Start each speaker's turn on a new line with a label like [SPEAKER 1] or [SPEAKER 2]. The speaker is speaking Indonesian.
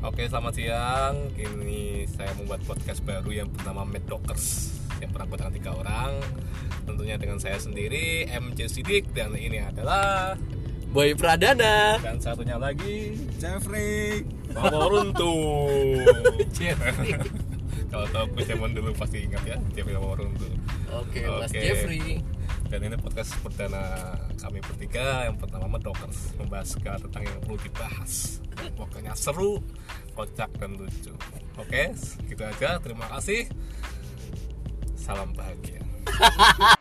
[SPEAKER 1] Oke, selamat siang. Kini saya membuat podcast baru yang bernama Mad Dockers yang pernah buat dengan tiga orang. Tentunya dengan saya sendiri, MJ Sidik dan ini adalah
[SPEAKER 2] Boy Pradana.
[SPEAKER 1] dan satunya lagi
[SPEAKER 3] Jeffrey
[SPEAKER 1] Mama Runtuh. Kalau tahu Quiz Demon dulu pasti ingat ya, Jeffrey Mama Runtuh.
[SPEAKER 2] Oke, Mas
[SPEAKER 1] Oke.
[SPEAKER 2] Jeffrey.
[SPEAKER 1] Dan ini podcast perdana kami bertiga yang pertama Mad Dockers membahas segala tentang yang perlu dibahas. Pokoknya seru, kocak dan lucu. Oke, gitu aja. Terima kasih. Salam bahagia.